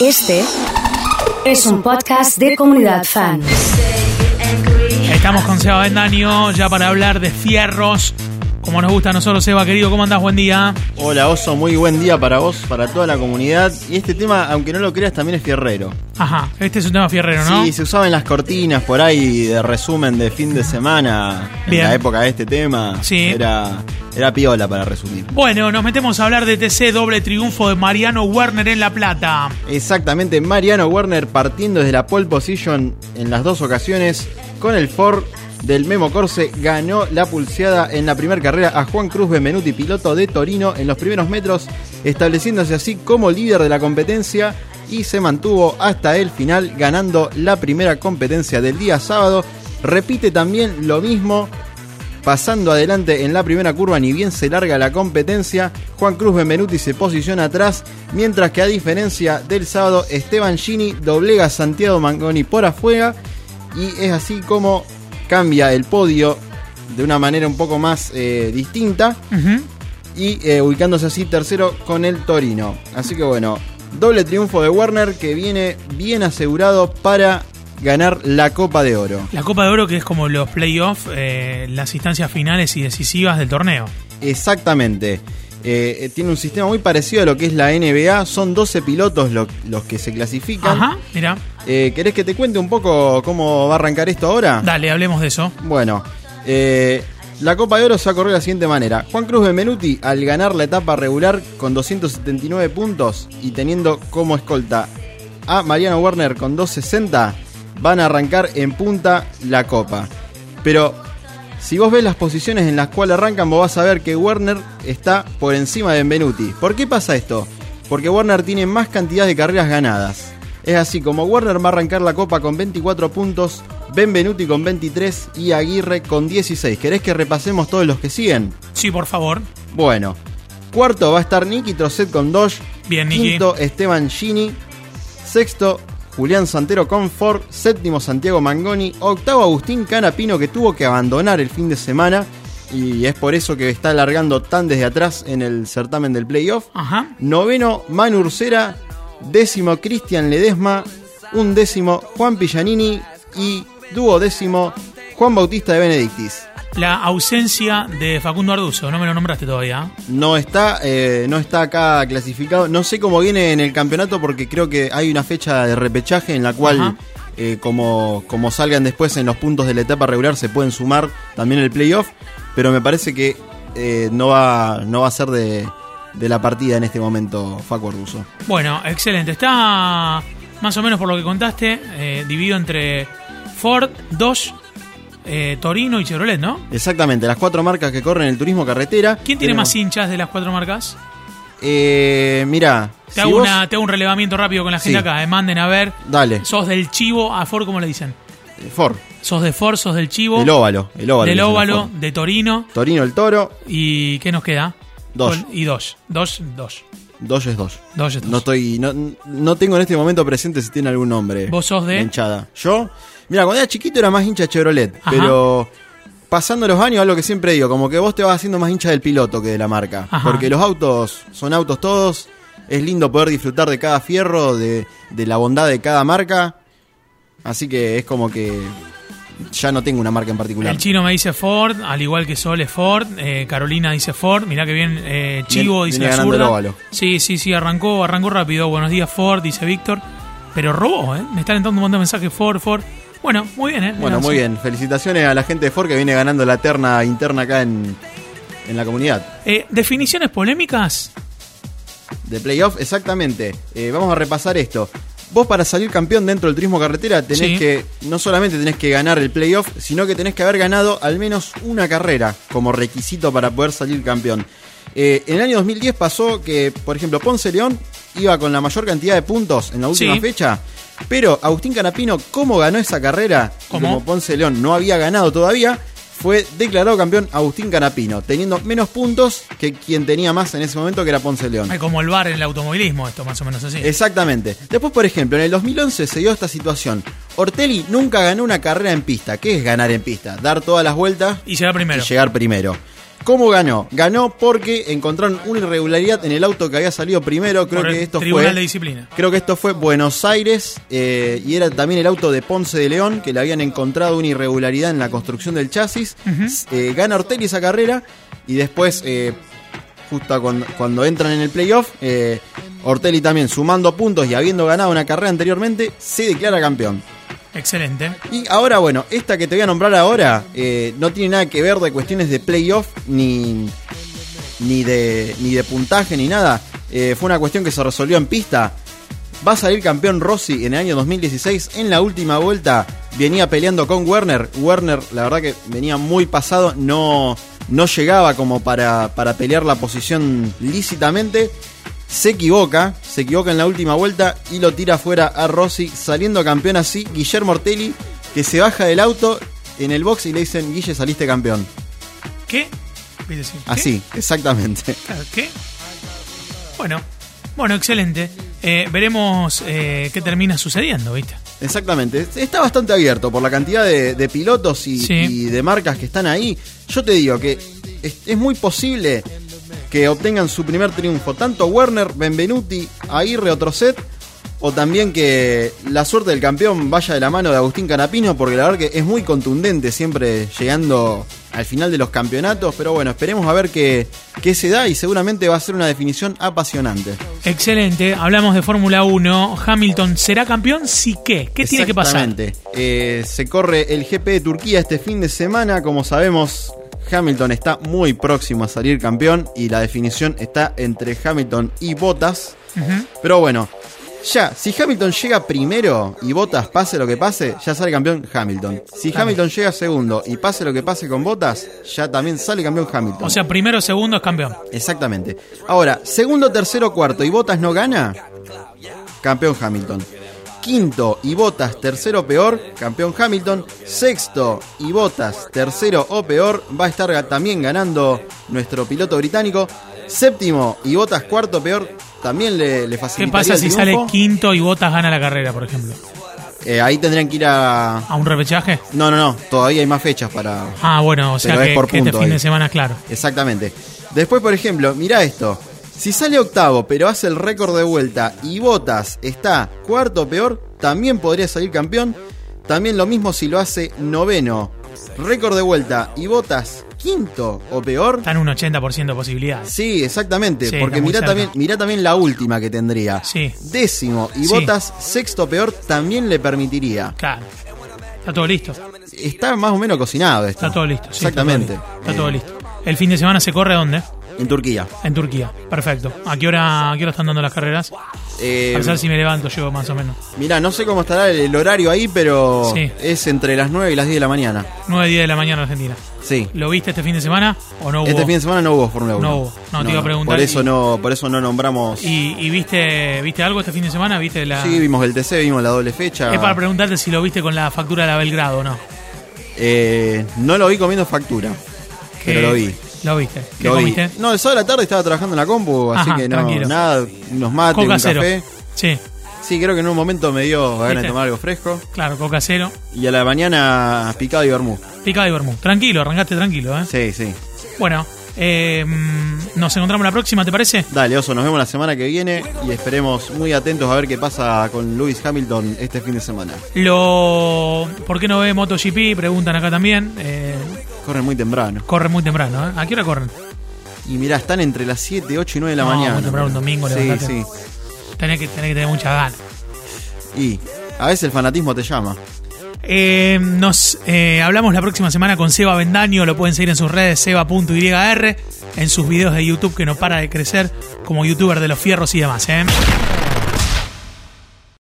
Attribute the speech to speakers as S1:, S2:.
S1: Este es un podcast de comunidad fan.
S2: Estamos con Seba Bendaño ya para hablar de fierros. Como nos gusta a nosotros, Seba, querido, ¿cómo andás? Buen día.
S3: Hola Oso, muy buen día para vos, para toda la comunidad. Y este tema, aunque no lo creas, también es fierrero.
S2: Ajá, este es un tema fierrero, ¿no?
S3: Sí, se usaba en las cortinas por ahí de resumen de fin de semana. En
S2: Bien.
S3: la época de este tema.
S2: Sí.
S3: Era, era piola para resumir.
S2: Bueno, nos metemos a hablar de TC doble triunfo de Mariano Werner en La Plata.
S3: Exactamente, Mariano Werner partiendo desde la pole position en las dos ocasiones con el Ford del Memo Corse ganó la pulseada en la primera carrera a Juan Cruz Benvenuti, piloto de Torino, en los primeros metros, estableciéndose así como líder de la competencia y se mantuvo hasta el final ganando la primera competencia del día sábado. Repite también lo mismo Pasando adelante en la primera curva, ni bien se larga la competencia, Juan Cruz Benvenuti se posiciona atrás, mientras que a diferencia del sábado, Esteban Gini doblega a Santiago Mangoni por afuera y es así como cambia el podio de una manera un poco más eh, distinta
S2: Ujú.
S3: y eh, ubicándose así tercero con el Torino. Así que bueno, doble triunfo de Werner que viene bien asegurado para ganar la Copa de Oro.
S2: La Copa de Oro, que es como los playoffs, eh, las instancias finales y decisivas del torneo.
S3: Exactamente. Eh, eh, tiene un sistema muy parecido a lo que es la NBA. Son 12 pilotos lo- los que se clasifican.
S2: Ajá, mira,
S3: Eh, ¿Querés que te cuente un poco cómo va a arrancar esto ahora?
S2: dale, hablemos de eso.
S3: Bueno, eh, la Copa de Oro se va a correr de la siguiente manera. Juan Cruz Benvenuti, al ganar la etapa regular con 279 puntos y teniendo como escolta a Mariano Werner con 260, van a arrancar en punta la Copa. Pero si vos ves las posiciones en las cuales arrancan, vos vas a ver que Werner está por encima de Benvenuti. ¿Por qué pasa esto? Porque Werner tiene más cantidad de carreras ganadas. Es así, como Werner va a arrancar la copa con 24 puntos, Benvenuti con 23 y Aguirre con 16. ¿Querés que repasemos todos los que siguen?
S2: Sí, por favor.
S3: Bueno, cuarto va a estar Nicky Trocet con Dosh.
S2: Bien, Nicky.
S3: Quinto, Esteban Gini. Sexto, Julián Santero con Ford. Séptimo, Santiago Mangoni. Octavo, Agustín Canapino, que tuvo que abandonar el fin de semana. Y es por eso que está alargando tan desde atrás en el certamen del playoff.
S2: Ajá.
S3: Noveno, Manu Ursera. Décimo, Cristian Ledesma. Un décimo, Juan Pillanini. Y duodécimo, Juan Bautista de Benedictis.
S2: La ausencia de Facundo Arduzo, no me lo nombraste todavía.
S3: No está, eh, no está acá clasificado. No sé cómo viene en el campeonato porque creo que hay una fecha de repechaje en la
S2: Ajá.
S3: cual, eh, como, como salgan después en los puntos de la etapa regular, se pueden sumar también el playoff. Pero me parece que eh, no, va, no va a ser de, de la partida en este momento Facu Arduzo.
S2: Bueno, excelente. Está más o menos por lo que contaste, eh, dividido entre Ford, Dodge, eh, Torino y Chevrolet, ¿no?
S3: Exactamente, las cuatro marcas que corren el turismo carretera.
S2: ¿Quién tiene
S3: Tenemos-
S2: más hinchas de las cuatro marcas?
S3: Eh, mirá,
S2: Te,
S3: si
S2: hago
S3: vos-
S2: una- te hago un relevamiento rápido con la gente
S3: Sí.
S2: acá. eh, Manden a ver.
S3: Dale,
S2: Sos del chivo a Ford, ¿cómo le dicen?
S3: eh, Ford,
S2: Sos de Ford, sos del chivo.
S3: el óvalo, el óvalo.
S2: del
S3: dicen a
S2: óvalo,
S3: Ford.
S2: de Torino.
S3: Torino el toro,
S2: ¿Y qué nos queda?
S3: Dodge.
S2: Con- Y Dodge. Dodge, Dodge.
S3: Dodge es Dodge.
S2: Dodge es Dodge.
S3: No estoy. No, no tengo en este momento presente si tiene algún nombre.
S2: ¿Vos sos de?
S3: la hinchada. Yo. Mira, cuando era chiquito era más hincha de Chevrolet.
S2: Ajá.
S3: Pero. Pasando los años, algo que siempre digo, como que vos te vas haciendo más hincha del piloto que de la marca.
S2: Ajá.
S3: Porque los autos son autos todos. Es lindo poder disfrutar de cada fierro, de, de la bondad de cada marca. Así que es como que. Ya no tengo una marca en particular.
S2: El chino me dice Ford, al igual que Sol es Ford, eh, Carolina dice Ford, mirá que bien eh, Chivo
S3: Viene-
S2: dice
S3: viene
S2: la
S3: ganando el
S2: zurda.
S3: óvalo.
S2: Sí, sí, sí, arrancó, arrancó rápido. Buenos días Ford, dice Víctor. Pero robó, ¿eh? Me están entrando un montón de mensajes Ford, Ford. Bueno, muy bien, ¿eh?
S3: Bueno,
S2: Mira,
S3: muy
S2: sí.
S3: bien. Felicitaciones a la gente de Ford que viene ganando la terna interna acá en, en la comunidad.
S2: Eh, Definiciones polémicas.
S3: De playoff, exactamente. Eh, vamos a repasar esto. Vos para salir campeón dentro del turismo carretera tenés
S2: Sí.
S3: que, no solamente tenés que ganar el playoff, sino que tenés que haber ganado al menos una carrera como requisito para poder salir campeón. Eh, en el año 2010 pasó que, por ejemplo, Ponce León iba con la mayor cantidad de puntos en la última
S2: Sí.
S3: fecha, pero Agustín Canapino, ¿cómo ganó esa carrera? Y
S2: ¿Cómo?
S3: Como Ponce León no había ganado todavía, fue declarado campeón Agustín Canapino, teniendo menos puntos que quien tenía más en ese momento, que era Ponce León.
S2: Hay como el bar en el automovilismo, esto más o menos así.
S3: Exactamente. Después, por ejemplo, en el 2011 se dio esta situación. Ortelli nunca ganó una carrera en pista. ¿Qué es ganar en pista? Dar todas las vueltas
S2: Y será primero.
S3: y llegar primero. ¿Cómo ganó? Ganó porque encontraron una irregularidad en el auto que había salido primero. Creo
S2: Por el
S3: que esto
S2: Tribunal
S3: fue.
S2: de Disciplina.
S3: Creo que esto fue Buenos Aires eh, y era también el auto de Ponce de León, que le habían encontrado una irregularidad en la construcción del chasis. Eh, gana Ortelli esa carrera y después, eh, justo cuando, cuando entran en el playoff, eh, Ortelli también sumando puntos y habiendo ganado una carrera anteriormente, se declara campeón.
S2: Excelente.
S3: Y ahora, bueno, esta que te voy a nombrar ahora eh, no tiene nada que ver de cuestiones de playoff ni, ni, de, ni de puntaje ni nada. Eh, fue una cuestión que se resolvió en pista. Va a salir campeón Rossi en el año 2016. En la última vuelta venía peleando con Werner. Werner, la verdad que venía muy pasado, no, no llegaba como para, para pelear la posición lícitamente. Se equivoca, se equivoca en la última vuelta y lo tira fuera a Rossi, saliendo campeón así. Guillermo Ortelli, que se baja del auto en el box y le dicen, Guille, saliste campeón.
S2: ¿Qué? Viste, sí. ¿Qué?
S3: Así, exactamente.
S2: Claro, ¿Qué? Bueno, bueno, excelente. Eh, veremos eh, qué termina sucediendo, ¿viste?
S3: Exactamente. Está bastante abierto por la cantidad de, de pilotos y,
S2: Sí.
S3: y de marcas que están ahí. Yo te digo que es, es muy posible que obtengan su primer triunfo. Tanto Werner, Benvenuti, Aguirre o Trocet. O también que la suerte del campeón vaya de la mano de Agustín Canapino, porque la verdad que es muy contundente siempre llegando al final de los campeonatos. Pero bueno, esperemos a ver qué, qué se da y seguramente va a ser una definición apasionante.
S2: Excelente. Hablamos de Fórmula 1. Hamilton será campeón si qué. ¿Qué tiene que pasar?
S3: Exactamente. Eh, se corre el GP de Turquía este fin de semana. Como sabemos, Hamilton está muy próximo a salir campeón y la definición está entre Hamilton y Bottas.
S2: Ujú.
S3: Pero bueno, ya, si Hamilton llega primero y Bottas pase lo que pase, ya sale campeón Hamilton. Si Hamilton llega segundo y pase lo que pase con Bottas, ya también sale campeón Hamilton.
S2: O sea, primero, segundo es campeón.
S3: Exactamente. Ahora, segundo, tercero, cuarto y Botas no gana, campeón Hamilton. Quinto y Botas tercero peor, campeón Hamilton. Sexto y Botas tercero o peor, va a estar ga- también ganando nuestro piloto británico. Séptimo y Botas cuarto peor, también le, le
S2: ¿Qué
S3: facilitaría
S2: pasa
S3: el
S2: si sale
S3: triunfo.
S2: quinto y Botas gana la carrera, por ejemplo?
S3: Eh, ahí tendrían que ir a...
S2: ¿A un repechaje?
S3: No, no, no, todavía hay más fechas para...
S2: Ah, bueno, o sea
S3: Pero es
S2: que,
S3: por
S2: que este
S3: punto
S2: fin
S3: ahí.
S2: de semana, claro.
S3: Exactamente. Después, por ejemplo, mirá esto. Si sale octavo, pero hace el récord de vuelta y Botas está cuarto peor, también podría salir campeón. También lo mismo si lo hace noveno. Récord de vuelta y Botas quinto o peor.
S2: Está en un 80% de posibilidades.
S3: Sí, exactamente.
S2: Sí,
S3: porque
S2: está muy
S3: mirá
S2: cerca.
S3: también, mirá también la última que tendría.
S2: Sí.
S3: Décimo y
S2: Sí.
S3: Botas sexto peor también le permitiría.
S2: Claro. Está todo listo.
S3: Está más o menos cocinado esto.
S2: Está todo listo. sí,
S3: Exactamente. Eh.
S2: Está todo listo. Está todo listo. ¿El fin de semana se corre dónde?
S3: En Turquía.
S2: En Turquía. Perfecto. ¿A qué hora, a qué hora están dando las carreras?
S3: Eh,
S2: A ver si me levanto, llego más o menos.
S3: Mirá, no sé cómo estará el, el horario ahí, pero
S2: Sí.
S3: es entre las 9 y las 10 de la mañana.
S2: 9, 10 de la mañana Argentina.
S3: Sí.
S2: ¿Lo viste este fin de semana o no hubo?
S3: Este fin de semana no hubo Fórmula 1.
S2: No hubo. No, te iba a preguntar
S3: Por
S2: y-
S3: eso no, por eso no nombramos.
S2: ¿Y, y viste, viste algo este fin de semana? ¿Viste la...
S3: Sí, vimos el TC, vimos la doble fecha.
S2: Es para preguntarte si lo viste con la factura de la Belgrado o no.
S3: Eh, no lo vi comiendo factura, pero
S2: Que-
S3: lo vi.
S2: Lo viste. ¿Qué
S3: Lo vi.
S2: comiste?
S3: No, el sábado de la tarde estaba trabajando en la compu, así
S2: Ajá,
S3: que no,
S2: tranquilo.
S3: nada, unos mates,
S2: Coca
S3: un
S2: cero.
S3: café.
S2: Sí,
S3: Sí, creo que en un momento me dio ganas de
S2: ¿Viste?
S3: tomar algo fresco.
S2: claro, coca cero.
S3: Y a la mañana picado y vermú.
S2: Picada y vermú. Tranquilo, arrancaste tranquilo, ¿eh?
S3: Sí, sí.
S2: Bueno, eh, mm, nos encontramos la próxima, ¿te parece?
S3: Dale, Oso, nos vemos la semana que viene y esperemos muy atentos a ver qué pasa con Lewis Hamilton este fin de semana.
S2: Lo... ¿Por qué no ve MotoGP? Preguntan acá también. Eh,
S3: Corren muy temprano.
S2: corren muy temprano, ¿eh? ¿A qué hora corren?
S3: Y mirá, están entre las 7, 8 y 9 de la
S2: No,
S3: mañana.
S2: muy temprano, un domingo,
S3: Sí,
S2: levantate.
S3: sí.
S2: Tenés que, tenés que tener mucha ganas.
S3: Y a veces el fanatismo te llama.
S2: Eh, nos eh, hablamos la próxima semana con Seba Bendaño. Lo pueden seguir en sus redes, seba.yr, en sus videos de YouTube que no para de crecer como youtuber de los fierros y demás. ¿eh?